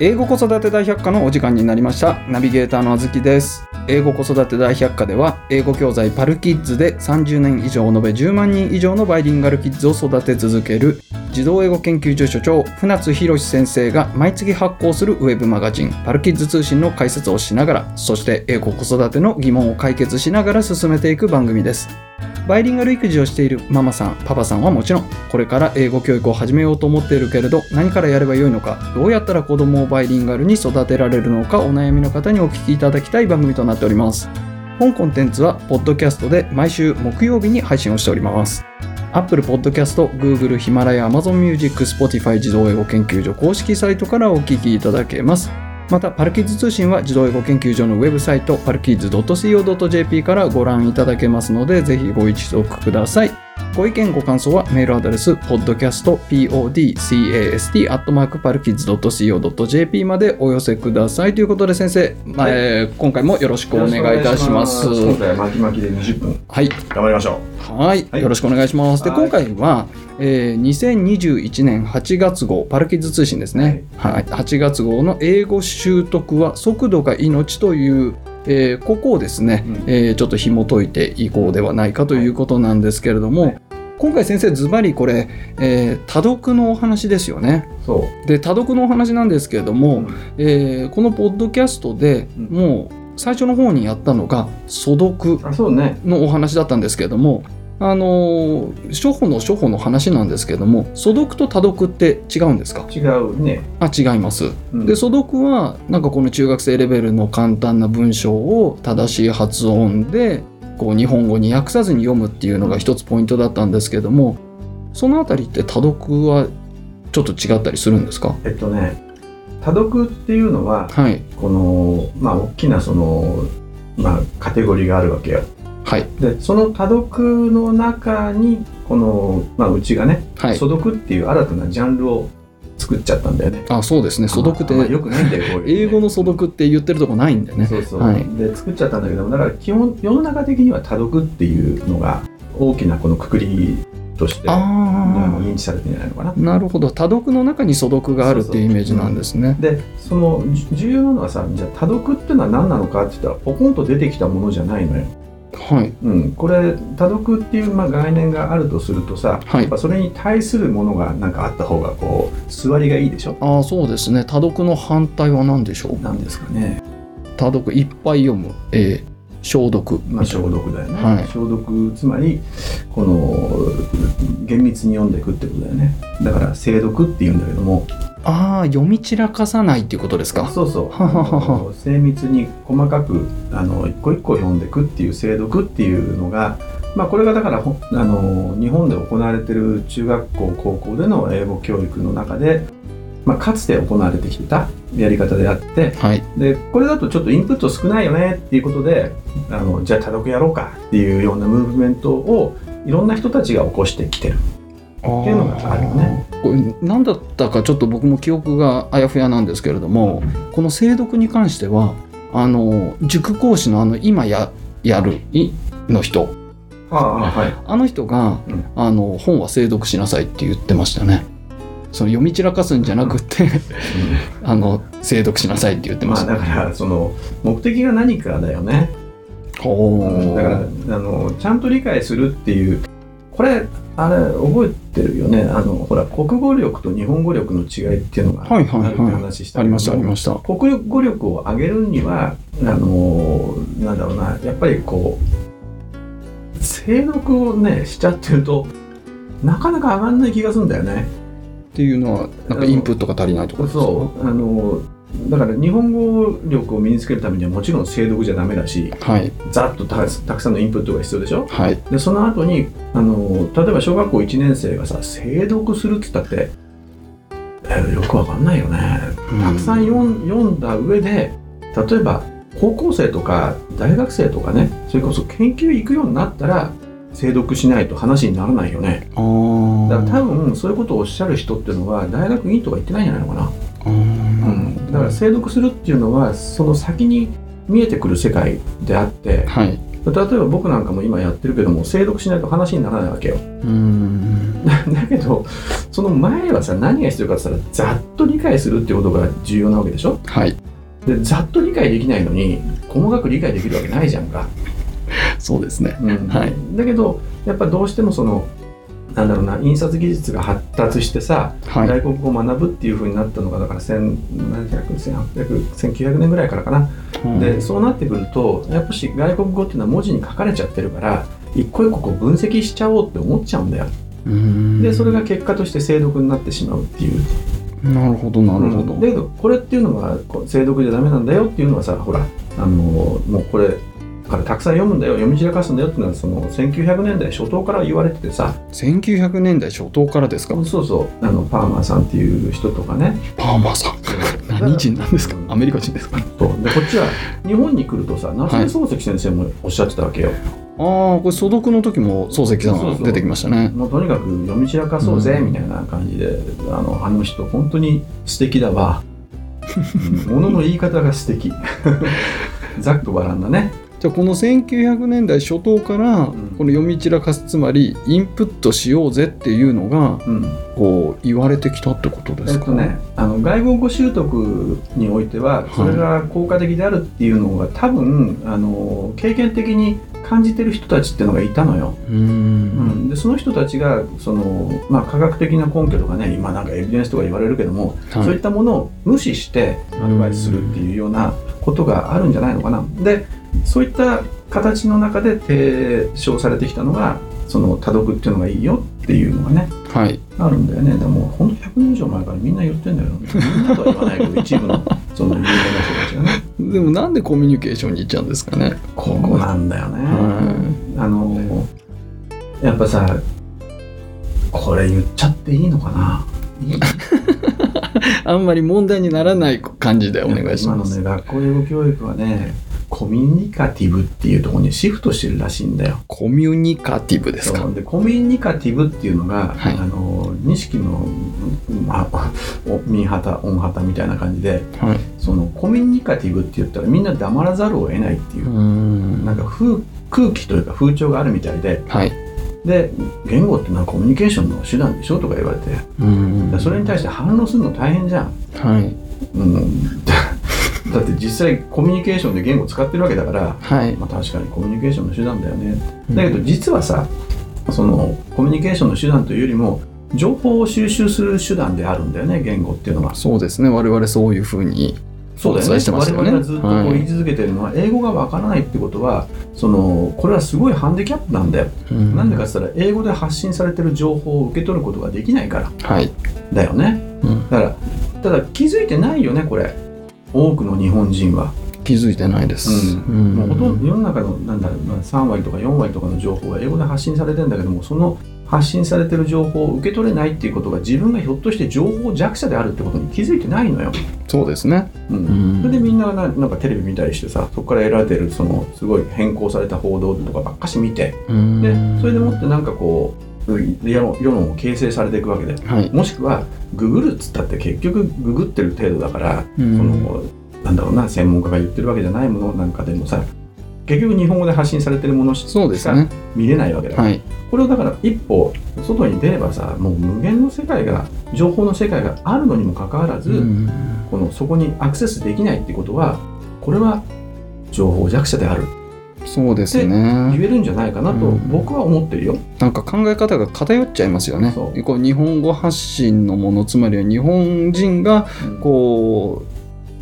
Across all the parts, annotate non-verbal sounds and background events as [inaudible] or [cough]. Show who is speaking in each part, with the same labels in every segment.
Speaker 1: 英語子育て大百科のお時間になりましたナビゲーターのあずきです英語子育て大百科では英語教材パルキッズで30年以上延べ10万人以上のバイリンガルキッズを育て続ける児童英語研究所所長船津博史先生が毎月発行するウェブマガジンパルキッズ通信の解説をしながらそして英語子育ての疑問を解決しながら進めていく番組ですバイリンガル育児をしているママさんパパさんはもちろんこれから英語教育を始めようと思っているけれど何からやればよいのかどうやったら子供をバイリンガルに育てられるのかお悩みの方にお聞きいただきたい番組となっております本コンテンツはポッドキャストで毎週木曜日に配信をしております Apple Podcast、Google、ヒマラヤ、Amazon Music、Spotify 自動英語研究所公式サイトからお聞きいただけますまたパルキッズ通信は児童英語研究所のウェブサイトパルキッズ .co.jp からご覧いただけますのでぜひご一読くださいご意見ご感想はメールアドレス podcastpodcast.parkids.co.jp までお寄せくださいということで先生、まあえー今回もよろしくお願いいたします
Speaker 2: 今回は巻き巻きで20分
Speaker 1: はい
Speaker 2: 頑張りましょ
Speaker 1: はい、
Speaker 2: はい
Speaker 1: よろしくお願いします。で、
Speaker 2: はい
Speaker 1: 今回は、えー2021年8月号、パルキッズ通信ですね。はい、8月号の英語習得は速度が命という。えーここをですね、
Speaker 2: うん
Speaker 1: えーちょっと紐解いていこうではないかということなんですけれども、
Speaker 2: はい
Speaker 1: 今回先生ズバリこれ、えー多読のお話ですよね。
Speaker 2: うそ
Speaker 1: で多読のお話なんですけれども、
Speaker 2: うん
Speaker 1: えーこのポッドキャストで
Speaker 2: うん
Speaker 1: もう最初の方にやったのが「素読」
Speaker 2: うあそうね
Speaker 1: のお話だったんですけれども、あのー初歩の初歩の話なんですけれども素読と多読って違うんですか
Speaker 2: 違うね、
Speaker 1: あ違います。
Speaker 2: うん
Speaker 1: で素読はなんかこの中学生レベルの簡単な文章を正しい発音でこう日本語に訳さずに読むっていうのが一つポイントだったんですけれどもそのあたりって多読はちょっと違ったりするんですか
Speaker 2: えっとね多読っていうのは
Speaker 1: はい
Speaker 2: このまあ大きなそのまあカテゴリーがあるわけよ
Speaker 1: はい
Speaker 2: でその多読の中にこのまあうちがね、
Speaker 1: はい
Speaker 2: 素読っていう新たなジャンルを作っちゃったんだよね
Speaker 1: あそうですね素読っ
Speaker 2: あんまよ
Speaker 1: て
Speaker 2: くないんだよこういう
Speaker 1: 英語の素読って言ってるとこないんでね
Speaker 2: そうそう、
Speaker 1: はい
Speaker 2: で作っちゃったんだけどもだから基本世の中的には多読っていうのが大きなこのくくりとしてあの
Speaker 1: ああ
Speaker 2: 認知されてんじゃないのかな。
Speaker 1: なるほど多読の中に素読があるっていうイメージなんですね。
Speaker 2: でそのじ重要なのはさじゃあ多読ってのは何なのかって言ったらポコンと出てきたものじゃないのよ。
Speaker 1: はい
Speaker 2: うん、これ多読っていうまあ概念があるとするとさ
Speaker 1: は
Speaker 2: やっ
Speaker 1: い。
Speaker 2: ぱそれに対するものがなんかあった方がこう座りがいいでしょ
Speaker 1: ああそうですね多読の反対は何でしょう
Speaker 2: なんですかね、
Speaker 1: 多読いっぱい読む、えー消毒
Speaker 2: まあ、消毒だよね、
Speaker 1: はい
Speaker 2: 消毒つまりこの厳密に読んでいくってことだよねだから精読っていうんだけども
Speaker 1: ああ読み散らかさないっていうことですか。
Speaker 2: そうそう
Speaker 1: はははは
Speaker 2: あ
Speaker 1: [laughs]
Speaker 2: の精密に細かくあの一個一個読んでいくっていう精読っていうのが、まあ、これがだからほあの日本で行われてる中学校高校での英語教育の中で、まあ、かつて行われてきてたやり方であって
Speaker 1: はい
Speaker 2: でこれだとちょっとインプット少ないよねっていうことであのじゃあ多読やろうかっていうようなムーブメントをいろんな人たちが起こしてきてる。
Speaker 1: あー
Speaker 2: っていうのがあるよね
Speaker 1: これ何だったかちょっと僕も記憶があやふやなんですけれどもこの精読に関してはあの塾講師のあの今ややるいの人
Speaker 2: ああ
Speaker 1: [laughs]
Speaker 2: はい、
Speaker 1: あの人が、
Speaker 2: うん
Speaker 1: あの本は精読しなさいって言ってましたね。その読み散らかすんじゃなくて、 [laughs] あの精読しなさいって言ってま
Speaker 2: ま
Speaker 1: し
Speaker 2: あ
Speaker 1: た。
Speaker 2: だからその目的が何かだよね。
Speaker 1: ほー
Speaker 2: だからあのちゃんと理解するっていうこれあれ覚えてるよねあのほら国語力と日本語力の違いっていうのがあ
Speaker 1: は
Speaker 2: る
Speaker 1: い
Speaker 2: って
Speaker 1: はいはい
Speaker 2: 話した
Speaker 1: あ
Speaker 2: け
Speaker 1: り
Speaker 2: ど
Speaker 1: ましたありました。
Speaker 2: 国語力を上げるにはあのなんだろうなやっぱりこう精読をねしちゃってるとなかなか上がんない気がするんだよね。
Speaker 1: っていうのはなんかインプットが足りないところですか。
Speaker 2: そうあのだから日本語力を身につけるためにはもちろん精読じゃダメだし
Speaker 1: はい
Speaker 2: ざっとたたくさんのインプットが必要でしょ
Speaker 1: はい
Speaker 2: でその後にあの例えば小学校1年生がさ精読するって言ったって、えーよくわかんないよねたくさん読ん読んだ上で例えば高校生とか大学生とかねそれこそ研究行くようになったら精読しないと話にならないよね
Speaker 1: うんあ
Speaker 2: だ
Speaker 1: ー
Speaker 2: から多分そういうことをおっしゃる人っていうのは大学院とか行ってないんじゃないのかな、
Speaker 1: あー
Speaker 2: うん、だから精読するっていうのはその先に見えてくる世界であって
Speaker 1: はい
Speaker 2: 例えば僕なんかも今やってるけども精読しないと話にならないわけよ
Speaker 1: う
Speaker 2: [laughs]
Speaker 1: ん
Speaker 2: だけどその前はさ何が必要かって言ったらざっと理解するってことが重要なわけでしょ
Speaker 1: はい
Speaker 2: でざっと理解できないのに細かく理解できるわけないじゃんか、
Speaker 1: そうですね
Speaker 2: うん
Speaker 1: はい
Speaker 2: だけどやっぱどうしてもそのなんだろうな印刷技術が発達してさ、
Speaker 1: はい
Speaker 2: 外国語を学ぶっていうふうになったのがだから17001900年ぐらいからかな、
Speaker 1: うん
Speaker 2: でそうなってくるとやっぱし外国語っていうのは文字に書かれちゃってるから一個一個こう分析しちゃおうって思っちゃうんだよ
Speaker 1: うん
Speaker 2: でそれが結果として精読になってしまうっていう
Speaker 1: なるほどなるほど、
Speaker 2: うんだけどこれっていうのはこう精読じゃダメなんだよっていうのはさほらあのもうこれだからたくさん読むんだよ読み散らかすんだよっていうのはその1900年代初頭から言われててさ
Speaker 1: 1900年代初頭からですか
Speaker 2: そうそうあのパーマーさんっていう人とかね
Speaker 1: パーマーさん
Speaker 2: だから
Speaker 1: 何人なんですか
Speaker 2: うん
Speaker 1: アメリカ人ですか
Speaker 2: そうでこっちは日本に来るとさ夏目漱石先生もおっしゃってたわけよ、
Speaker 1: ああこれ素読の時も漱石さ
Speaker 2: そうそ
Speaker 1: ん
Speaker 2: う
Speaker 1: 出てきましたね
Speaker 2: もうとにかく読み散らかそうぜ
Speaker 1: うん
Speaker 2: みたいな感じで、あのあの人本当に素敵だわ
Speaker 1: [laughs]
Speaker 2: うん物の言い方が素敵 [laughs] ざっくばらんだね
Speaker 1: じゃあこの1900年代初頭から
Speaker 2: ん
Speaker 1: この読み散らかすつまりインプットしようぜっていうのが
Speaker 2: うん
Speaker 1: こう言われてきたってことで
Speaker 2: え
Speaker 1: す
Speaker 2: っ
Speaker 1: か
Speaker 2: とね、あの外国語習得においてはそれが効果的であるっていうのが多分あの経験的に感じてる人たちっていうのがいたのよ、
Speaker 1: うーん
Speaker 2: でその人たちがその、まあ、科学的な根拠とかね今なんかエビデンスとか言われるけども、
Speaker 1: はい
Speaker 2: そういったものを無視してアドバイスするっていうようなことがあるんじゃないのかなでそういった形の中で提唱されてきたのがその多読っていうのがいいよっていうのがね
Speaker 1: はい
Speaker 2: あるんだよねでもほんと100年以上前からみんな言ってんだよみんなとは言わないけど一部のその有名な人たちがね
Speaker 1: でもなんでコミュニケーションに行っちゃうんですかね
Speaker 2: ここなんだよね、
Speaker 1: は
Speaker 2: あのやっぱさこれ言っちゃっていいのかない
Speaker 1: あんまり問題にならない感じで [laughs] お願いします
Speaker 2: 今のね学校英語教育はねコミュニカティブっていうところにシフトしてるらしいんだよ
Speaker 1: コミュニカティブですか
Speaker 2: そうでコミュニカティブっていうのが、
Speaker 1: はい
Speaker 2: あの錦の、まあ、おミンハタオンハタみたいな感じで
Speaker 1: はい
Speaker 2: そのコミュニカティブって言ったらみんな黙らざるを得ないっていう
Speaker 1: ー
Speaker 2: う、
Speaker 1: ん
Speaker 2: なんか風空気というか風潮があるみたいで
Speaker 1: はい
Speaker 2: で言語ってのはコミュニケーションの手段でしょとか言われて
Speaker 1: うーん
Speaker 2: でそれに対して反論するの大変じゃん、
Speaker 1: はい
Speaker 2: うん、 [laughs] だだって実際コミュニケーションで言語使ってるわけだから、
Speaker 1: はい
Speaker 2: まあ、確かにコミュニケーションの手段だよねだけど実はさそのコミュニケーションの手段というよりも情報を収集する手段であるんだよね言語っていうのは
Speaker 1: そうですね我々そういうふうに
Speaker 2: そうだ
Speaker 1: お
Speaker 2: よ
Speaker 1: 伝え
Speaker 2: ね
Speaker 1: してましたよね
Speaker 2: 我々がずっとこう言い続けてるのは、英語がわからないってことはそのこれはすごいハンディキャップなんだよ、な
Speaker 1: なん
Speaker 2: でかって言ったら英語で発信されてる情報を受け取ることができないから
Speaker 1: はい
Speaker 2: だよね
Speaker 1: うん
Speaker 2: だからただ気づいてないよねこれ多くの日本人は、
Speaker 1: 気づいてないです
Speaker 2: うん
Speaker 1: うん
Speaker 2: もうほとんど世の中のなんだろうな3割とか4割とかの情報が英語で発信されてんだけどもその発信されてる情報を受け取れないっていうことが自分がひょっとして情報弱者であるってことに気づいてないのよ、
Speaker 1: そうですね
Speaker 2: うん
Speaker 1: うん
Speaker 2: それでみんなななんかテレビ見たりしてさそこから得られてるそのすごい変更された報道とかばっかし見てでそれでもってなんかこう世論世論を形成されていくわけで
Speaker 1: はい
Speaker 2: もしくはググるっつったって結局ググってる程度だから、
Speaker 1: そ
Speaker 2: そのなんだろうな専門家が言ってるわけじゃないものなんかでもさ結局日本語で発信されてるものし
Speaker 1: そうですね
Speaker 2: 見れないわけだ、
Speaker 1: はい
Speaker 2: これをだから一歩外に出ればさもう無限の世界が情報の世界があるのにもかかわらず、
Speaker 1: うん
Speaker 2: このそこにアクセスできないってことはこれは情報弱者である
Speaker 1: そうです
Speaker 2: 言
Speaker 1: ね
Speaker 2: えるんじゃないかなと
Speaker 1: うん
Speaker 2: 僕は思ってるよ。
Speaker 1: なんか考え方が偏っちゃいますよね
Speaker 2: そう
Speaker 1: こう日本語発信のものつまりは日本人がこう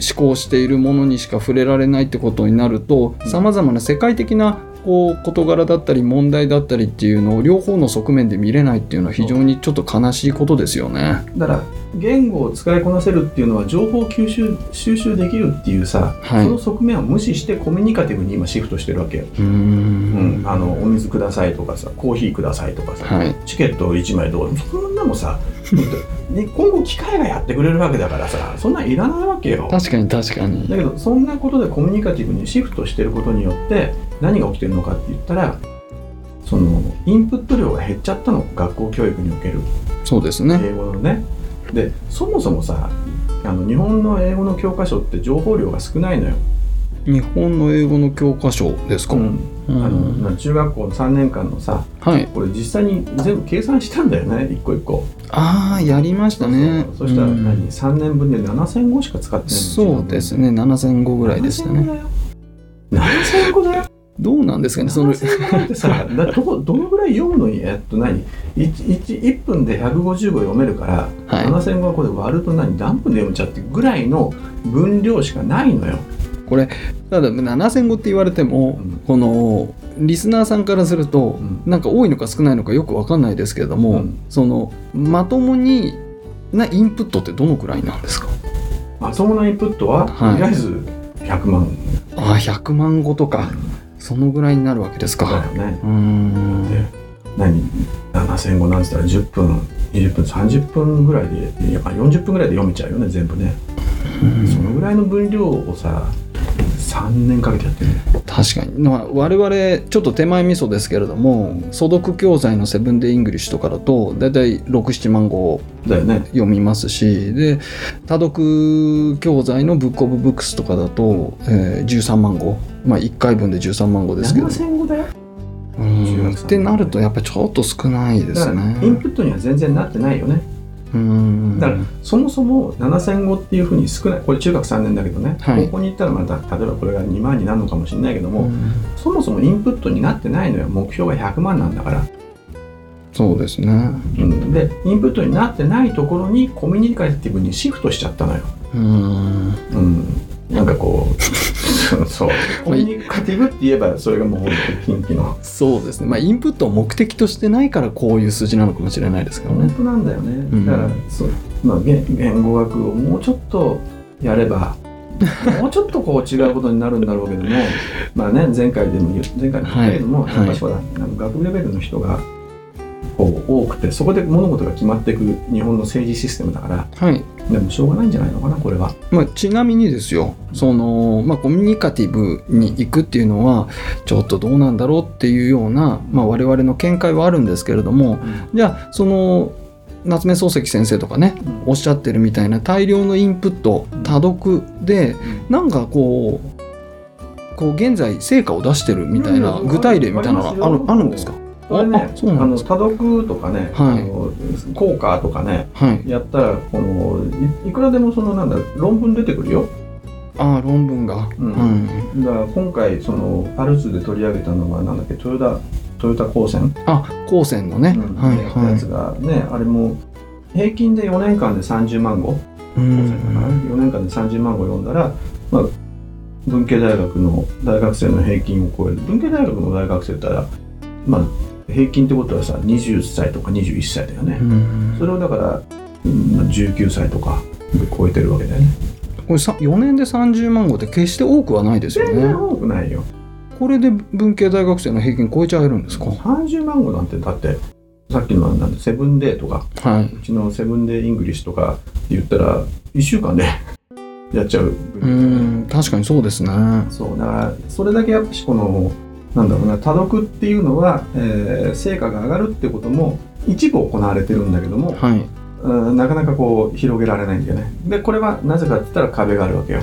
Speaker 1: 思考しているものにしか触れられないってことになると
Speaker 2: うん
Speaker 1: さまざまな世界的なこう事柄だったり問題だったりっていうのを両方の側面で見れないっていうのは非常にちょっと悲しいことですよね。
Speaker 2: だから言語を使いこなせるっていうのは情報を吸収収集できるっていうさ、
Speaker 1: はい
Speaker 2: その側面を無視してコミュニカティブに今シフトしてるわけよ、
Speaker 1: うーん
Speaker 2: うんあのお水くださいとかさコーヒーくださいとかさ、
Speaker 1: はい
Speaker 2: チケット1枚どうそんなもさね今後機械がやってくれるわけだからさそんなんいらないわけよ。
Speaker 1: 確かに確かに
Speaker 2: だけどそんなことでコミュニカティブにシフトしてることによって何が起きてるのかって言ったらそのインプット量が減っちゃったの学校教育における
Speaker 1: そうですね
Speaker 2: 英語のね。でそもそもさあの日本の英語の教科書って情報量が少ないのよ。
Speaker 1: 日本の英語の教科書ですか、
Speaker 2: うん
Speaker 1: う
Speaker 2: あ
Speaker 1: ん
Speaker 2: の中学校の3年間のさ
Speaker 1: はい
Speaker 2: これ実際に全部計算したんだよね一個一個
Speaker 1: ああやりましたね
Speaker 2: そうそうそしたら
Speaker 1: うん
Speaker 2: 何、3年分で7000語しか使ってない
Speaker 1: そうです
Speaker 2: ね
Speaker 1: ね7000語ぐらいでしたね
Speaker 2: 7000語だよ
Speaker 1: どうなんですかねその
Speaker 2: 7000語だよ7000語なんてさだどどのぐらい読むのにえっと何 1, 1分で150語読めるから、
Speaker 1: はい
Speaker 2: 7000語はこれ割ると何何分で読めちゃうってぐらいの分量しかないのよ
Speaker 1: ただ7000語って言われても、
Speaker 2: うん
Speaker 1: このリスナーさんからすると、
Speaker 2: うん
Speaker 1: なんか多いのか少ないのかよくわかんないですけれども、
Speaker 2: うん
Speaker 1: そのまともになインプットってどのくらいなんですか
Speaker 2: まともなインプットは、
Speaker 1: はい
Speaker 2: とりあえず100万
Speaker 1: ああ100万語とかそのぐらいになるわけです
Speaker 2: だよ
Speaker 1: か。
Speaker 2: ね
Speaker 1: うーん
Speaker 2: で何7000語なんつったら10分20分30分ぐらいでいやまあ40分ぐらいで読めちゃうよね全部ね、そのぐらいの分量をさ3年かけてやってる
Speaker 1: 確かに、まあ、我々ちょっと手前味噌ですけれども素読教材の「セブンデイ・イングリッシュ」とかだと大体67万語
Speaker 2: だよね
Speaker 1: 読みますしで多読教材の「ブック・オブ・ブックス」とかだと、えー13万語、まあ、1回分で13万語ですけど
Speaker 2: 7000語だよ
Speaker 1: うん
Speaker 2: 13
Speaker 1: ってなるとやっぱちょっと少ないで
Speaker 2: だか
Speaker 1: す
Speaker 2: ら
Speaker 1: ね
Speaker 2: イ。ンプットには全然なってないよね
Speaker 1: うん
Speaker 2: だからそもそも7000語っていうふうに少ないこれ中学3年だけどね、
Speaker 1: はい
Speaker 2: 高校に行ったらまた例えばこれが2万になるのかもしれないけども、
Speaker 1: うん
Speaker 2: そもそもインプットになってないのよ目標が100万なんだから、
Speaker 1: そうですね。
Speaker 2: うん、でインプットになってないところにコミュニカティブにシフトしちゃったのよ
Speaker 1: うん
Speaker 2: うん、なんかこう [laughs] そうコミュニカティブって言えばそれがもう本当に近畿の
Speaker 1: そうですね、まあ、インプットを目的としてないからこういう数字なのかもしれないですけど
Speaker 2: 本
Speaker 1: ね。
Speaker 2: 当なんだよ
Speaker 1: うん
Speaker 2: ねだから、そうまあ、言言語学をもうちょっとや
Speaker 1: [laughs]
Speaker 2: ればもうちょっとこう違うことになるんだろうけどもまあね前回でも言う前回も言ったけども、
Speaker 1: はい
Speaker 2: やっぱりほら、あの学部レベルの人がこう多くてそこで物事が決まっていく日本の政治システムだから
Speaker 1: はい
Speaker 2: でもしょうがないんじゃないのかなこれは。
Speaker 1: まあ、ちなみにですよその、まあ、コミュニカティブに行くっていうのはちょっとどうなんだろうっていうような、まあ、我々の見解はあるんですけれどもじゃあその夏目漱石先生とかね
Speaker 2: うん
Speaker 1: おっしゃってるみたいな大量のインプット
Speaker 2: うん
Speaker 1: 多読でなんかこうこう現在成果を出してるみたい
Speaker 2: い
Speaker 1: な
Speaker 2: やいや
Speaker 1: 具体例みたいなの
Speaker 2: ありま
Speaker 1: はあ
Speaker 2: す
Speaker 1: る
Speaker 2: よ
Speaker 1: あるんですか
Speaker 2: これね
Speaker 1: あそうな
Speaker 2: あ
Speaker 1: ん
Speaker 2: の
Speaker 1: です
Speaker 2: 多読とかね、
Speaker 1: はい
Speaker 2: あの効果とかね
Speaker 1: はい
Speaker 2: やったらこのいいくらでもそのなんだ論文出てくるよ
Speaker 1: ああ論文が、
Speaker 2: うん
Speaker 1: はい
Speaker 2: だから今回そのパルツで取り上げたのがなんだっけ豊田豊田高専、
Speaker 1: あ高専のね、
Speaker 2: うん
Speaker 1: はい
Speaker 2: でやったやつ
Speaker 1: は
Speaker 2: がね、あれも平均で4年間で30万語、
Speaker 1: い、う
Speaker 2: 高専だから
Speaker 1: ん、
Speaker 2: 4年間で30万語読んだら、まあ、文系大学の大学生の平均を超える文系大学の大学生だったら、まあ、平均ってことはさ20歳とか21歳だよね、
Speaker 1: うん
Speaker 2: それをだから、うんまあ19歳とか超えてるわけだよね
Speaker 1: これさ4年で30万語って決して多くはないですよ
Speaker 2: 全然
Speaker 1: ね
Speaker 2: 多くないよ
Speaker 1: これで文系大学生の平均超えちゃえるんですか
Speaker 2: 30万語なんてだってさっきのなんだセブンデーとか
Speaker 1: はいう
Speaker 2: ちのセブンデーイングリッシュとかって言ったら1週間で [laughs] やっちゃう
Speaker 1: うん確かにそうですね
Speaker 2: そうだからそれだけやっぱしこのなんだろうな多読っていうのは、えー成果が上がるってことも一部行われてるんだけども、
Speaker 1: はい
Speaker 2: うんなかなかこう広げられないんだよねでこれはなぜかって言ったら壁があるわけよ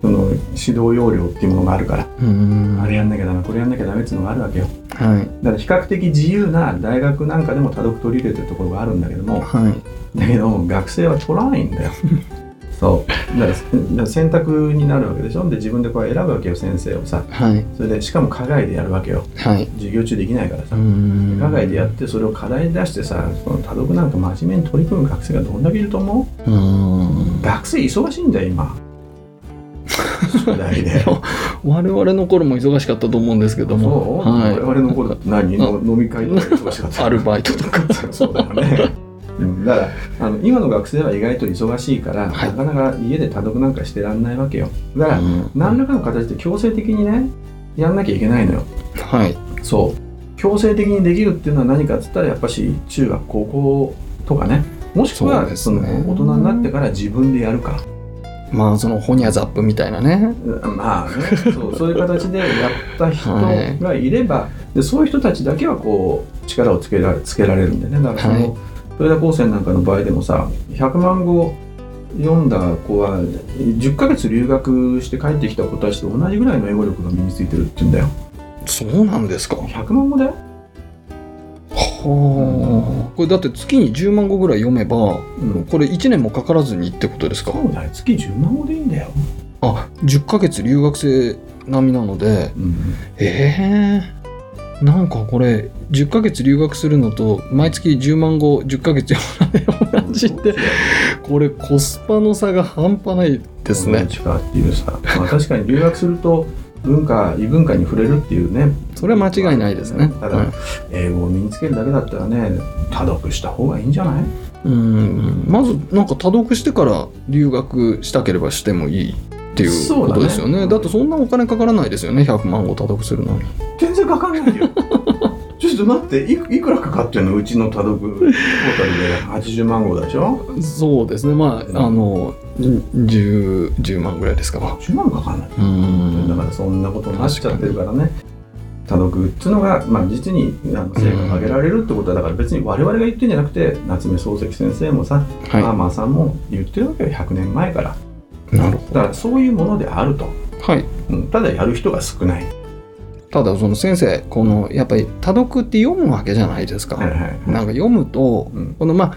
Speaker 2: その指導要領っていうものがあるから、
Speaker 1: うん
Speaker 2: あ
Speaker 1: は
Speaker 2: れ
Speaker 1: い
Speaker 2: やんなきゃダメこれやんなきゃダメっていうのがあるわけよだから比較的自由な大学なんかでも多読取り入れてるところがあるんだけども
Speaker 1: はい
Speaker 2: だけど学生は取らないんだよそうだからだから選択になるわけでしょで自分でこう選ぶわけよ先生をさ
Speaker 1: はい
Speaker 2: それでしかも課外でやるわけよ
Speaker 1: はい
Speaker 2: 授業中できないからさ、
Speaker 1: ん
Speaker 2: 課外でやってそれを課題に出してさその多読なんか真面目に取り組む学生がどんだけいると思う
Speaker 1: うん
Speaker 2: 学生忙しいんだよ今宿題で
Speaker 1: 我々の頃も忙しかったと思うんですけども
Speaker 2: そう、
Speaker 1: はい
Speaker 2: 我々の頃何の飲み会とか忙しかった
Speaker 1: [laughs] アルバイトとか
Speaker 2: [laughs] そうだよね。うんだからあの今の学生は意外と忙しいから、
Speaker 1: はい
Speaker 2: なかなか家で多読なんかしてらんないわけよだから、
Speaker 1: うん
Speaker 2: 何らかの形で強制的にねやんなきゃいけないのよ
Speaker 1: はい
Speaker 2: そう強制的にできるっていうのは何かっつったらやっぱし中学高校とかねもしく
Speaker 1: そう
Speaker 2: は
Speaker 1: です
Speaker 2: そ
Speaker 1: ね
Speaker 2: の大人になってから自分でやるか、
Speaker 1: まあそのホニャザップみたいなね
Speaker 2: うんまあねそうそういう形でやった人がいれば、でそういう人たちだけはこう力をつけられつけられるんでねだからその、
Speaker 1: はい
Speaker 2: 豊田高専なんかの場合でもさ100万語読んだ子は10ヶ月留学して帰ってきた子たちと同じぐらいの英語力が身についてるって言うんだよ
Speaker 1: そうなんですか。
Speaker 2: 100万語だよ、
Speaker 1: はあ。これだって月に10万語ぐらい読めば、
Speaker 2: うん、
Speaker 1: これ1年もかからずにってことですか
Speaker 2: そうだよ月10万語でいいんだよ、
Speaker 1: あ、10ヶ月留学生並みなので、ええなんかこれ10ヶ月留学するのと毎月10万語10ヶ月同じって [laughs] これコスパの差が半端ないですね、
Speaker 2: 地下っていうさ、まあ、確かに留学すると文化異文化に触れるっていうね
Speaker 1: それは間違いないですね、
Speaker 2: ただ、英語を身につけるだけだったらね多読した方がいいんじゃない
Speaker 1: うんまずなんか多読してから留学したければしてもいいっていう
Speaker 2: そ
Speaker 1: こ
Speaker 2: うだね
Speaker 1: とですよねだってそんなお金かからないですよね100万語多読するのに
Speaker 2: 全然かかんないよ [laughs] ちょっと待っていくいくらかかってんのうちの多読トータルで80万語だでしょ
Speaker 1: そうですねまああの 10, 10万ぐらいですから
Speaker 2: 10万かかんない、
Speaker 1: うん
Speaker 2: だからそんなことになっちゃってるからね多読っていうのが、まあ、実にあの成果を上げられるってことはだから別に我々が言ってんじゃなくて夏目漱石先生もさ、
Speaker 1: はい
Speaker 2: マーマーさんも言ってるわけよ100年前から
Speaker 1: なる
Speaker 2: だからそういうものであると、
Speaker 1: はい
Speaker 2: うん、ただやる人が少ない、
Speaker 1: ただその先生このやっぱり多読って読むわけじゃないですか、
Speaker 2: はいはいはい
Speaker 1: なんか読むと
Speaker 2: うん
Speaker 1: このまあ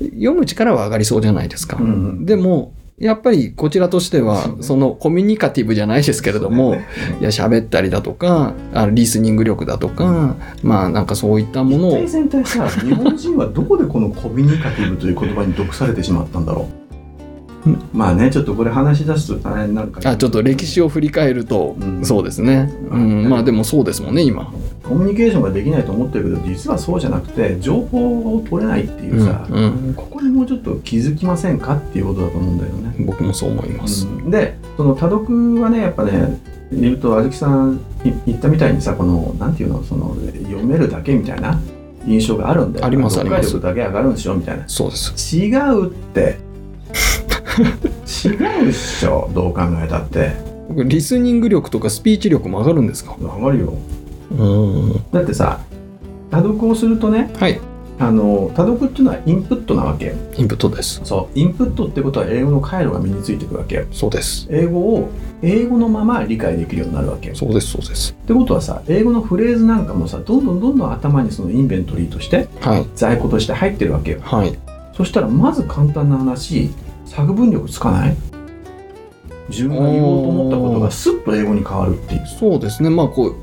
Speaker 1: 読む力は上がりそうじゃないですか、
Speaker 2: うん
Speaker 1: でもやっぱりこちらとしては
Speaker 2: そうね
Speaker 1: そのコミュニカティブじゃないですけれども、いや喋ったりだとかあのリスニング力だとか、まあなんかそういったものを
Speaker 2: 一体全体さ日本人はどこでこのコミュニカティブという言葉に毒されてしまったんだろうんまあねちょっとこれ話し出すと大変なんか
Speaker 1: あちょっと歴史を振り返ると、
Speaker 2: うん
Speaker 1: そうですね、うん、まあでもそうですもんね今、
Speaker 2: コミュニケーションができないと思ってるけど実はそうじゃなくて情報を取れないっていうさ、
Speaker 1: うんうん
Speaker 2: ここにもうちょっと気づきませんかっていうことだと思うんだよね、
Speaker 1: 僕もそう思います、
Speaker 2: でその多読はねやっぱね言うとあずきさんい言ったみたいにさこのなんていうのその読めるだけみたいな印象があるんだよ
Speaker 1: あります
Speaker 2: 読
Speaker 1: あ
Speaker 2: 解
Speaker 1: ります
Speaker 2: 力だけ上がるんでしょみたいな
Speaker 1: そうです
Speaker 2: 違うって違うっしょどう考えたって
Speaker 1: 僕リスニング力とかスピーチ力も上がるんですか
Speaker 2: わかるよ
Speaker 1: うん
Speaker 2: だってさ多読をするとね
Speaker 1: はい
Speaker 2: あの多読っていうのはインプットなわけよ
Speaker 1: インプットです
Speaker 2: そうインプットってことは英語の回路が身についていくわけよ
Speaker 1: そうです
Speaker 2: 英語を英語のまま理解できるようになるわけよ
Speaker 1: そうですそうです
Speaker 2: ってことはさ英語のフレーズなんかもさどんどんどんどん頭にそのインベントリーとして
Speaker 1: はい
Speaker 2: 在庫として入ってるわけよ
Speaker 1: はい
Speaker 2: そしたらまず簡単な話作文力つかない自分が言おうと思ったことがスッと英語に変わるっていう、
Speaker 1: そうですねまあこう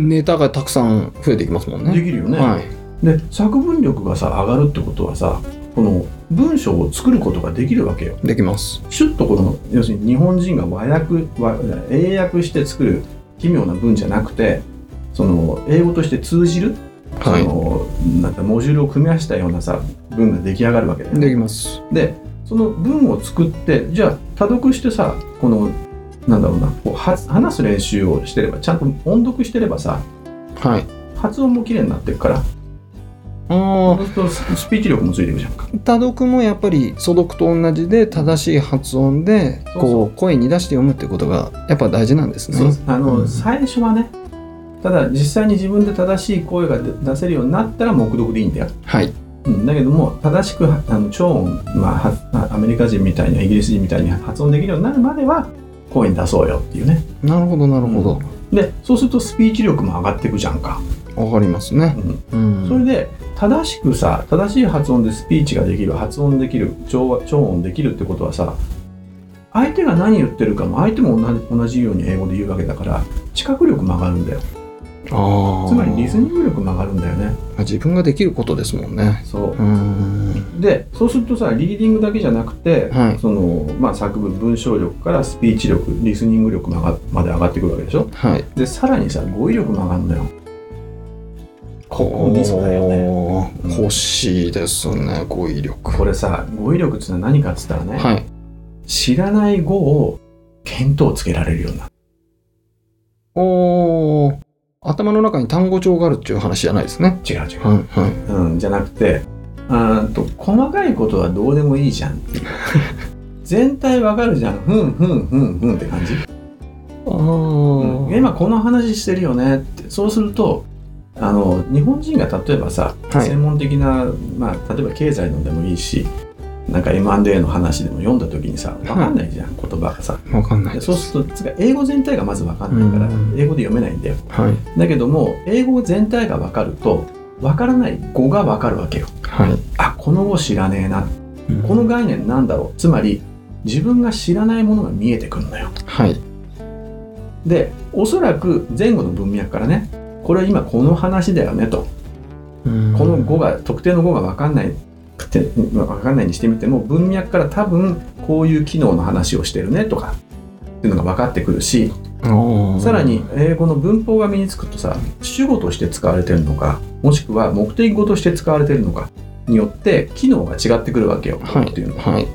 Speaker 1: ネタがたくさん増えていきますもん
Speaker 2: で
Speaker 1: ね
Speaker 2: きるよね、
Speaker 1: はい
Speaker 2: で作文力がさ上がるってことはさこの文章を作ることができるわけよ
Speaker 1: できます
Speaker 2: シュッとこの要するに日本人が和訳和英訳して作る奇妙な文じゃなくてその英語として通じる、
Speaker 1: は
Speaker 2: そのなんかモジュールを組み合わせたようなさ文が出来上がるわけだよ
Speaker 1: い
Speaker 2: ね
Speaker 1: できます
Speaker 2: でその文を作ってじゃあ多読してさこのなんだろうなこうは話す練習をしてればちゃんと音読してればさ
Speaker 1: はい
Speaker 2: 発音も綺麗になってるから
Speaker 1: あ
Speaker 2: そうするとススピーチ力もついてくじゃんか
Speaker 1: あ多読もやっぱり素読と同じで正しい発音で
Speaker 2: そうそ
Speaker 1: こう声に出して読むってことがやっぱ大事なんですね
Speaker 2: そうあの、
Speaker 1: うん
Speaker 2: 最初はねただ実際に自分で正しい声が出出せるようになったら黙読でいいんだよ、
Speaker 1: はい
Speaker 2: うん、だけども正しくはあの超音、まあは、アメリカ人みたいにイギリス人みたいに発音できるようになるまでは声に出そうよっていうね
Speaker 1: なるほどなるほど、
Speaker 2: でそうするとスピーチ力も上がっていくじゃんか、
Speaker 1: わかりますね
Speaker 2: うん、
Speaker 1: うん
Speaker 2: それで正しくさ正しい発音でスピーチができる発音できる調和調音できるってことはさ相手が何言ってるかも相手も同じ同じように英語で言うわけだから知覚力も上がるんだよ
Speaker 1: ああ
Speaker 2: つまりリスニング力も上がるんだよね
Speaker 1: 自分ができることですもんね
Speaker 2: そう
Speaker 1: ーん
Speaker 2: でそうするとさリーディングだけじゃなくて、
Speaker 1: はい
Speaker 2: そのまあ、作文文章力からスピーチ力リスニング力も上がまで上がってくるわけでしょ
Speaker 1: はい
Speaker 2: でさらにさ語彙力も上がるんだよここミソだよね
Speaker 1: ね
Speaker 2: うん
Speaker 1: 欲しいですね語彙力
Speaker 2: これさ語彙力ってのは何かっつったらね、
Speaker 1: はい
Speaker 2: 知らない語を見当をつけられるような
Speaker 1: おー頭の中に単語帳があるっていう話じゃないですね
Speaker 2: 違う違う、
Speaker 1: はいはい
Speaker 2: うん、じゃなくてあーんと細かいことはどうでもいいじゃ
Speaker 1: [laughs]
Speaker 2: んっていう全体わかるじゃんふんふんふんふんって感じ、
Speaker 1: あ
Speaker 2: うん、
Speaker 1: ー
Speaker 2: 今この話してるよねってそうするとあの日本人が例えばさ、
Speaker 1: はい
Speaker 2: 専門的な、まあ、例えば経済のでもいいしなんか M&A の話でも読んだ時にさ分かんないじゃん、言葉がさ
Speaker 1: わかんない
Speaker 2: で
Speaker 1: です。
Speaker 2: そうするとつうか英語全体がまず分かんないから、
Speaker 1: うん
Speaker 2: 英語で読めないんだよ
Speaker 1: はい。
Speaker 2: だけども英語全体が分かると分からない語が分かるわけよ
Speaker 1: はい。
Speaker 2: あこの語知らねえな
Speaker 1: うん
Speaker 2: この概念なんだろうつまり自分が知らないものが見えてくるのよ
Speaker 1: はい。
Speaker 2: でおそらく前後の文脈からねこれは今この話だよねと
Speaker 1: こ
Speaker 2: この語が特定の語が分かんないくて分かんないにしてみても文脈から多分こういう機能の話をしてるねとかっていうのが分かってくるしさらに英語の文法が身につくとさ主語として使われてるのかもしくは目的語として使われてるのかによって機能が違ってくるわけよ、
Speaker 1: はい
Speaker 2: っていうの
Speaker 1: はい。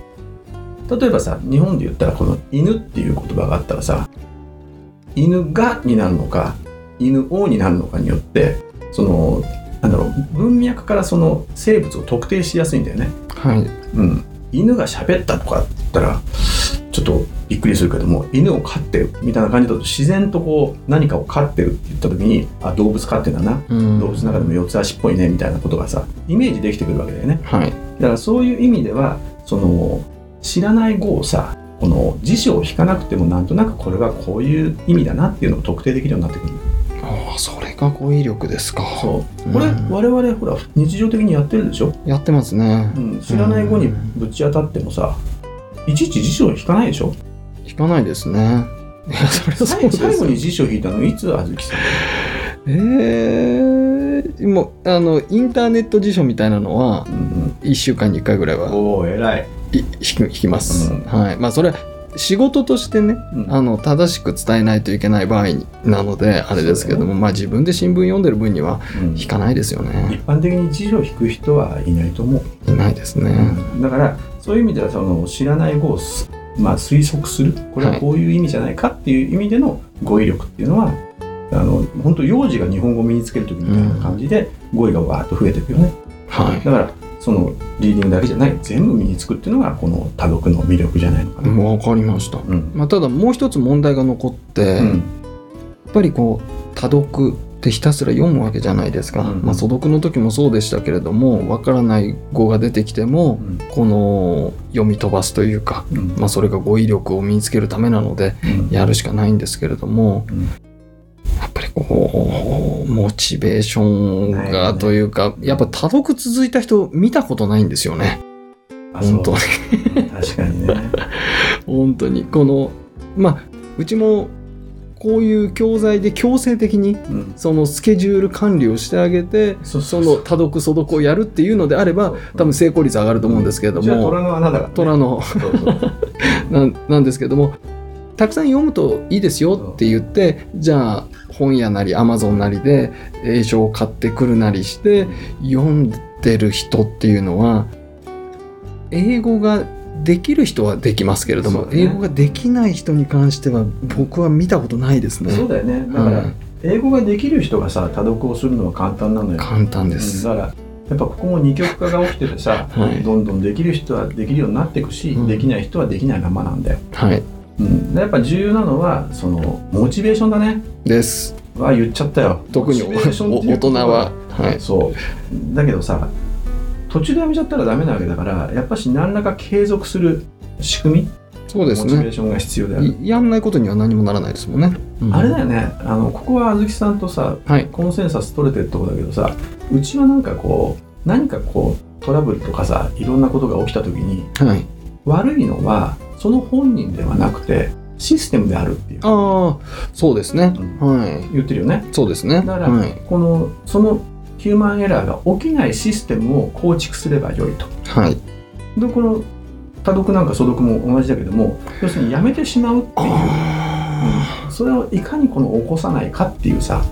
Speaker 2: 例えばさ日本で言ったらこの「犬」っていう言葉があったらさ「犬が」になるのか「犬を」になるのかによってそのなんだろう文脈からその生物を特定しやすいんだよね。
Speaker 1: はい。
Speaker 2: うん、犬が喋ったとかって言ったらちょっとびっくりするけども犬を飼ってるみたいな感じだと自然とこう何かを飼ってるって言った時にあ動物飼ってるんだな動
Speaker 1: 動
Speaker 2: 物の中でも四つ足っぽいねみたいなことがさイメージできてくるわけだよね。
Speaker 1: はい。
Speaker 2: だからそういう意味ではその知らない語をさこの辞書を引かなくてもなんとなくこれはこういう意味だなっていうのを特定できるようになってくる
Speaker 1: ああ、それが語彙力ですか。
Speaker 2: そうこれ、
Speaker 1: うん
Speaker 2: 我々ほら日常的にやってるでしょ、
Speaker 1: やってますね
Speaker 2: う。ん、知らない語にぶち当たってもさいちいち辞書を引かないでしょ
Speaker 1: 引かないですね。いや、それはそう
Speaker 2: 最
Speaker 1: です。
Speaker 2: 最後に辞書を引いたのいつあずきさん
Speaker 1: ええ、もう、あの、インターネット辞書みたいなのは、
Speaker 2: うん
Speaker 1: 一週間に一回ぐらい
Speaker 2: うん、
Speaker 1: は、
Speaker 2: おお偉い、
Speaker 1: い引く引きます
Speaker 2: うん。
Speaker 1: はい。まあ、それは仕事としてね、
Speaker 2: うん
Speaker 1: あの正しく伝えないといけない場合になのであれですけど
Speaker 2: そう
Speaker 1: も、まあ自分で新聞読んでる分には
Speaker 2: うん
Speaker 1: 引かないですよね。
Speaker 2: 一般的に辞書を引く人はいないと思う
Speaker 1: いないですね。
Speaker 2: だからそういう意味ではその知らない語をす、まあ、推測するこれはこういう意味じゃないかっていう意味での語彙力っていうのは、あの本当幼児が日本語を身につける時みたいな感じで語彙がわーっと増えていくよね
Speaker 1: は
Speaker 2: だからそのリーディングだけじゃない全部身につくっていうのがこの多読の魅力じゃないのか
Speaker 1: い。
Speaker 2: な、うん
Speaker 1: もう分かりました。
Speaker 2: うん
Speaker 1: まあ、ただもう一つ問題が残って、やっぱりこう多読ってひたすら読むわけじゃないですか、
Speaker 2: うん
Speaker 1: まあ、素読の時もそうでしたけれどもわからない語が出てきても
Speaker 2: うん
Speaker 1: この読み飛ばすというか、
Speaker 2: うん
Speaker 1: まあ、それが語彙力を身につけるためなので
Speaker 2: うん
Speaker 1: やるしかないんですけれども、
Speaker 2: うん
Speaker 1: やっぱりこうモチベーション
Speaker 2: ないよ
Speaker 1: が
Speaker 2: ね
Speaker 1: というか、やっぱ多読続いた人見たことないんですよね
Speaker 2: あそう
Speaker 1: 本当に
Speaker 2: 確かにね、
Speaker 1: 本当にこのまあうちもこういう教材で強制的に
Speaker 2: うん、
Speaker 1: そのスケジュール管理をしてあげて
Speaker 2: そ
Speaker 1: その多読素読をやるっていうのであれば多分成功率上がると思うんですけれど
Speaker 2: じゃあ
Speaker 1: も
Speaker 2: 虎の穴だから、ね、
Speaker 1: 虎の
Speaker 2: そうそう
Speaker 1: なんなんですけどもたくさん読むといいですよって言ってじゃあ本屋なりアマゾンなりで英書を買ってくるなりして読んでる人っていうのは英語ができる人はできますけれども、
Speaker 2: そうだね
Speaker 1: 英語ができない人に関しては僕は見たことないですね。
Speaker 2: そうだよねだから、
Speaker 1: はい
Speaker 2: 英語ができる人がさ多読をするのは簡単なのよ
Speaker 1: 簡単で
Speaker 2: うん
Speaker 1: す。
Speaker 2: だからやっぱここも二極化が起きててさ、
Speaker 1: はい
Speaker 2: どんどんできる人はできるようになっていくし、
Speaker 1: うん
Speaker 2: できない人はできないままなんだよ、
Speaker 1: はい。
Speaker 2: うん、でやっぱ重要なのはそのモチベーションだね
Speaker 1: です。
Speaker 2: は言っちゃったよ
Speaker 1: 特にお
Speaker 2: モチベーションってい
Speaker 1: 大
Speaker 2: う言
Speaker 1: 人
Speaker 2: 葉
Speaker 1: は、はい、
Speaker 2: そうだけどさ途中でやめちゃったらダメなわけだからやっぱし何らか継続する仕組み
Speaker 1: そうです
Speaker 2: モチベ
Speaker 1: ね
Speaker 2: ーションが必要だよね
Speaker 1: いやんないことには何もならないですもんね、うん
Speaker 2: あれだよねあのここはあずきさんとさ
Speaker 1: はい
Speaker 2: コンセンサス取れてるとこだけどさうちはなんかこう何かこうトラブルとかさいろんなことが起きた時に
Speaker 1: はい
Speaker 2: 悪いのはその本人ではなくてシステムであるっていう
Speaker 1: ああそうですね、
Speaker 2: う
Speaker 1: は
Speaker 2: 言ってるよね
Speaker 1: いそうですね
Speaker 2: だから
Speaker 1: はい、
Speaker 2: このそのヒューマンエラーが起きないシステムを構築すればよいと
Speaker 1: はい、
Speaker 2: でこの多読なんか素読も同じだけども要するにやめてしまうっていう
Speaker 1: あ
Speaker 2: それをいかにこの起こさないかっていうさ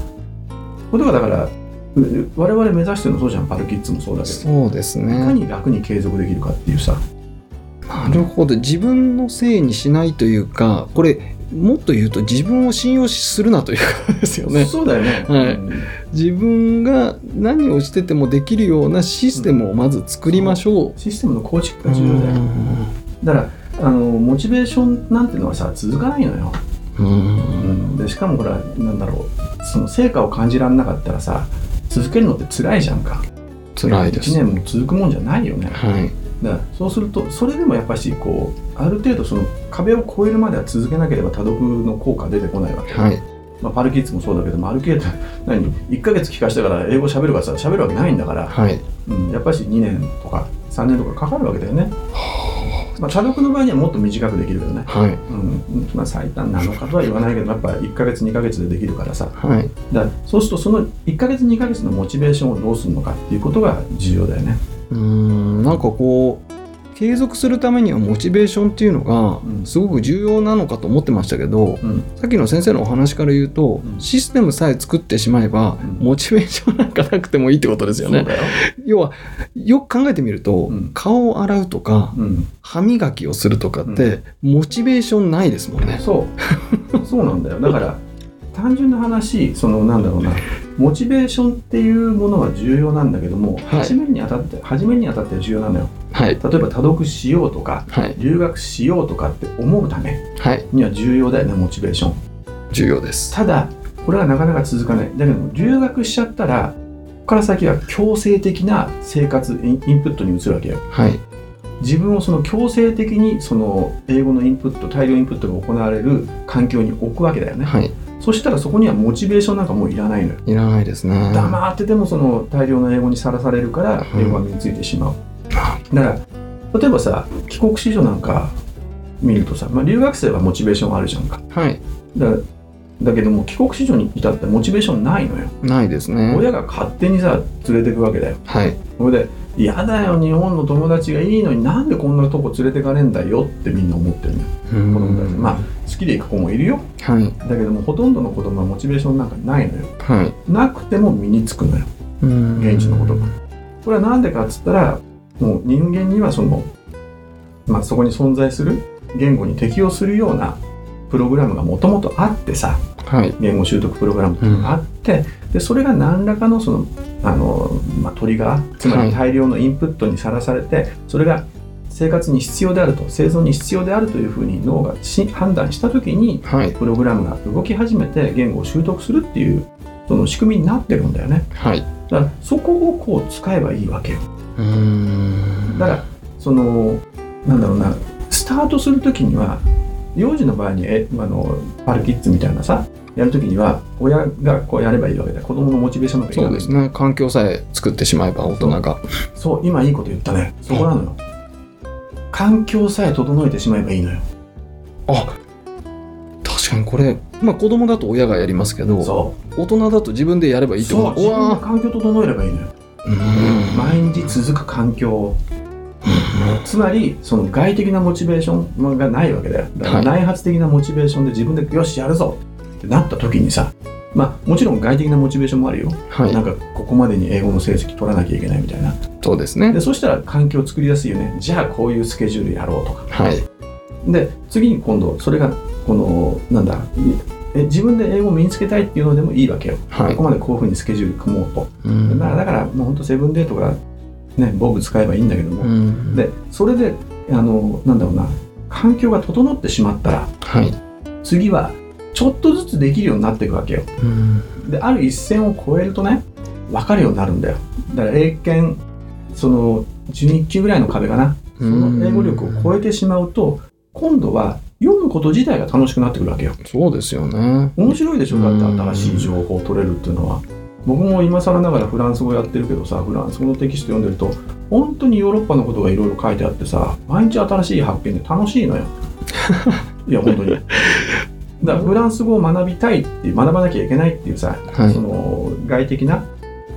Speaker 2: ことがだからう我々目指してるのそうじゃんパルキッズもそうだ
Speaker 1: ー
Speaker 2: けど
Speaker 1: そうです
Speaker 2: いか
Speaker 1: ね
Speaker 2: に楽に継続できるかっていうさ、
Speaker 1: なるほど自分のせいにしないというかこれもっと言うと自分を信用するなということですよね
Speaker 2: そうだよね、
Speaker 1: はい
Speaker 2: うん
Speaker 1: 自分が何をしててもできるようなシステムをまず作りましょう、
Speaker 2: システムの構築が重要だよだからあのモチベーションなんてのはさ続かないのよ、
Speaker 1: うん
Speaker 2: うん、でしかもほらなんだろうその成果を感じられなかったらさ続けるのって辛いじゃんか
Speaker 1: 辛いです
Speaker 2: 1年も続くもんじゃないよね
Speaker 1: はい
Speaker 2: だからそうするとそれでもやっぱしこうある程度その壁を越えるまでは続けなければ多読の効果は出てこないわけ、
Speaker 1: はい
Speaker 2: まあ、パルキッズもそうだけどもある程度 [laughs] 何1ヶ月聞かしたから英語喋るかさ喋るわけないんだから、
Speaker 1: はい
Speaker 2: うん、やっぱし2年とか3年とかかかるわけだよね。まあ、多読の場合にはもっと短くできるけどね、
Speaker 1: はい
Speaker 2: うんまあ、最短7日とは言わないけどやっぱ1ヶ月2ヶ月でできるからさ
Speaker 1: はい
Speaker 2: だからそうするとその1ヶ月2ヶ月のモチベーションをどうするのかっていうことが重要だよね。
Speaker 1: うーんなんかこう継続するためにはモチベーションっていうの
Speaker 2: うん
Speaker 1: がすごく重要なのかと思ってましたけど、
Speaker 2: うん
Speaker 1: さっきの先生のお話から言うと、
Speaker 2: うん
Speaker 1: システムさえ作ってしまえば、
Speaker 2: うん
Speaker 1: モチベーションなんかなくてもいいってことですよ
Speaker 2: そう
Speaker 1: ね。
Speaker 2: だよ
Speaker 1: [laughs] 要はよく考えてみると、
Speaker 2: うん
Speaker 1: 顔を洗うとか
Speaker 2: うん、
Speaker 1: 歯磨きをするとかって、モチベーションないですもんね。
Speaker 2: そう
Speaker 1: [laughs]
Speaker 2: そうなんだよだから単純な話そのなんだろうなモチベーションっていうものは重要なんだけども、
Speaker 1: はい
Speaker 2: 始めるにあたって始めるにあたって重要なのよ
Speaker 1: はい
Speaker 2: 例えば多読しようとか
Speaker 1: はい
Speaker 2: 留学しようとかって思うため
Speaker 1: はい
Speaker 2: には重要だよねモチベーション
Speaker 1: 重要です。
Speaker 2: ただこれがなかなか続かないだけども留学しちゃったらここから先は強制的な生活インインプットに移るわけよ
Speaker 1: はい
Speaker 2: 自分をその強制的にその英語のインプット大量インプットが行われる環境に置くわけだよね
Speaker 1: はい
Speaker 2: そしたらそこにはモチベーションなんかもういらないのよ。
Speaker 1: いらないですね。は
Speaker 2: 黙っててもその大量の英語にさらされるから
Speaker 1: うん
Speaker 2: 英語が身についてしまう。だから例えばさ帰国子女なんか見るとさ、まあ、留学生はモチベーションあるじゃんか。
Speaker 1: い
Speaker 2: だだけども帰国子女に至ってモチベーションないのよ。
Speaker 1: ないですね。
Speaker 2: 親が勝手にさ連れてくわけだよ。
Speaker 1: はい
Speaker 2: それで「嫌だよ日本の友達がいいのになんでこんなとこ連れてかねえんだよ」ってみんな思ってるのよ
Speaker 1: 子
Speaker 2: 子供たち。まあ好きで行く子もいるよ。
Speaker 1: はい
Speaker 2: だけどもほとんどの子供はモチベーションなんかないのよ。
Speaker 1: はい
Speaker 2: なくても身につくのよ
Speaker 1: 現
Speaker 2: 現地の言葉これは何でかっつったらもう人間にはその、まあ、そこに存在する言語に適応するようなプログラムがもともとあってさ
Speaker 1: はい
Speaker 2: 言語習得プログラムっていうのがあって、でそれが何らかのそのあの、まあ、トリガーつま
Speaker 1: はい
Speaker 2: り大量のインプットにさらされて、それが生活に必要であると生存に必要であるというふうに脳がし判断した時に
Speaker 1: はい
Speaker 2: プログラムが動き始めて言語を習得するっていうその仕組みになってるんだよね。
Speaker 1: はい。
Speaker 2: だからそこをこう使えばいいわけよ
Speaker 1: うーん
Speaker 2: だからそのなんだろうなスタートする時には幼児の場合にえあのパルキッズみたいなさやる時には親がこうやればいいわけだ子供のモチベーションなんかいら
Speaker 1: そ
Speaker 2: な
Speaker 1: う
Speaker 2: い
Speaker 1: ですね環境さえ作ってしまえば大人が
Speaker 2: そう今いいこと言ったねそこなのよ環境さえ整えてしまえばいいのよ
Speaker 1: あ確かにこれまあ子供だと親がやりますけど
Speaker 2: そ
Speaker 1: 大人だと自分でやれば
Speaker 2: う
Speaker 1: いいって
Speaker 2: そう
Speaker 1: こと
Speaker 2: 自分が
Speaker 1: わ
Speaker 2: 環境整えればいいのよ
Speaker 1: ーうーん
Speaker 2: 毎日続く環境をつまりその外的なモチベーションがないわけだよだから
Speaker 1: はい
Speaker 2: 内発的なモチベーションで自分でよしやるぞってなった時にさまあもちろん外的なモチベーションもあるよ、
Speaker 1: はい
Speaker 2: なんかここまでに英語の成績取らなきゃいけないみたいな
Speaker 1: そうですね
Speaker 2: でそしたら環境を作りやすいよねじゃあこういうスケジュールやろうとか
Speaker 1: はい
Speaker 2: で次に今度それがこのなんだえ自分で英語を身につけたいっていうのでもいいわけよ
Speaker 1: はい
Speaker 2: ここまでこういうふうにスケジュール組もうと
Speaker 1: う
Speaker 2: だか
Speaker 1: ん
Speaker 2: らだからもうほんとセブンデーとかねボブ使えばいいんだけども、
Speaker 1: うん
Speaker 2: でそれであのなんだろうな環境が整ってしまったら
Speaker 1: はい
Speaker 2: 次はちょっとずつできるようになっていくわけよ
Speaker 1: うん
Speaker 2: である一線を越えるとね分かるようになるんだよだから英検その12級ぐらいの壁かなその英語力を超えてしまうと今度は読むこと自体が楽しくなってくるわけよ
Speaker 1: そうですよね
Speaker 2: 面白いでしょだって
Speaker 1: うん
Speaker 2: 新しい情報を取れるっていうのは僕も今更ながらフランス語やってるけどさフランス語のテキスト読んでると本当にヨーロッパのことがいろいろ書いてあってさ毎日新しい発見で楽し
Speaker 1: [laughs]
Speaker 2: いのよいや本当にだからフランス語を学びたいっていう学ばなきゃいけないっていうさ、
Speaker 1: はい
Speaker 2: その外的な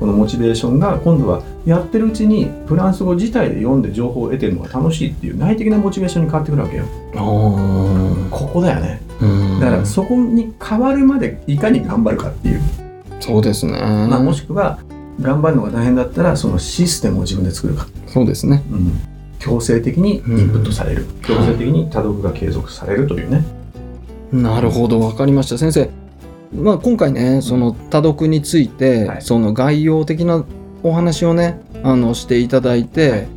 Speaker 2: このモチベーションが今度はやってるうちにフランス語自体で読んで情報を得てるのが楽しいっていう内的なモチベーションに変わってくるわけよ
Speaker 1: あー
Speaker 2: ここだよね
Speaker 1: うん
Speaker 2: だからそこに変わるまでいかに頑張るかっていう、
Speaker 1: そうですね
Speaker 2: まあ、もしくは頑張るのが大変だったらそのシステムを自分で作るか、
Speaker 1: そうですね
Speaker 2: うん強制的にインプットされる、強制的に多読が継続されるというね、
Speaker 1: なるほど分かりました先生、まあ、今回ねその多読について、
Speaker 2: はい
Speaker 1: その概要的なお話をねあのしていただいて、
Speaker 2: はい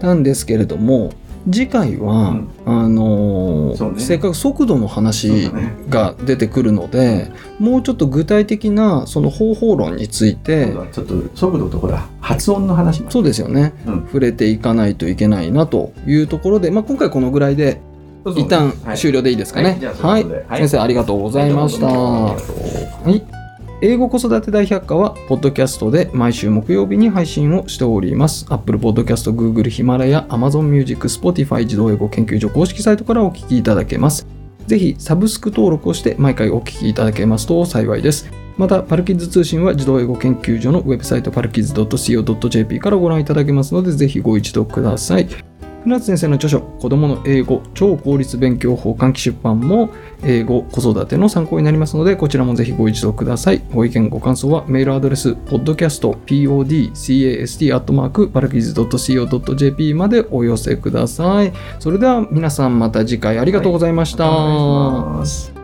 Speaker 1: たんですけれども次回は、
Speaker 2: うん
Speaker 1: あのー
Speaker 2: そうね
Speaker 1: せっかく速度の話
Speaker 2: そうだね
Speaker 1: が出てくるのでもうちょっと具体的なその方法論について
Speaker 2: 今度はちょっと速度とほら発音の話も
Speaker 1: そうですよね、
Speaker 2: うん
Speaker 1: 触れていかないといけないなというところで、まあ、今回このぐらいで
Speaker 2: そうそう
Speaker 1: 一旦
Speaker 2: はい
Speaker 1: 終了でいいですかね
Speaker 2: はいじゃあ。そう
Speaker 1: はいいう
Speaker 2: ことではい
Speaker 1: 先生ありがとうございました。
Speaker 2: はい
Speaker 1: は
Speaker 2: どうもどうもありがとう
Speaker 1: い、英語子育て大百科はポッドキャストで毎週木曜日に配信をしております。Apple Podcast、Google ヒマラヤ、Amazon Music、Spotify 自動英語研究所公式サイトからお聞きいただけます。ぜひサブスク登録をして毎回お聞きいただけますと幸いです。また、パルキッズ通信は児童英語研究所のウェブサイトパルキッズ .co.jp からご覧いただけますので、ぜひご一読ください。船津先生の著書「子どもの英語超効率勉強法」換気出版も英語子育ての参考になりますのでこちらもぜひご一読くださいご意見ご感想はメールアドレス podcastpodcast.barkiz.co.jp までお寄せくださいそれでは皆さんまた次回ありがとうございました、
Speaker 2: お願いします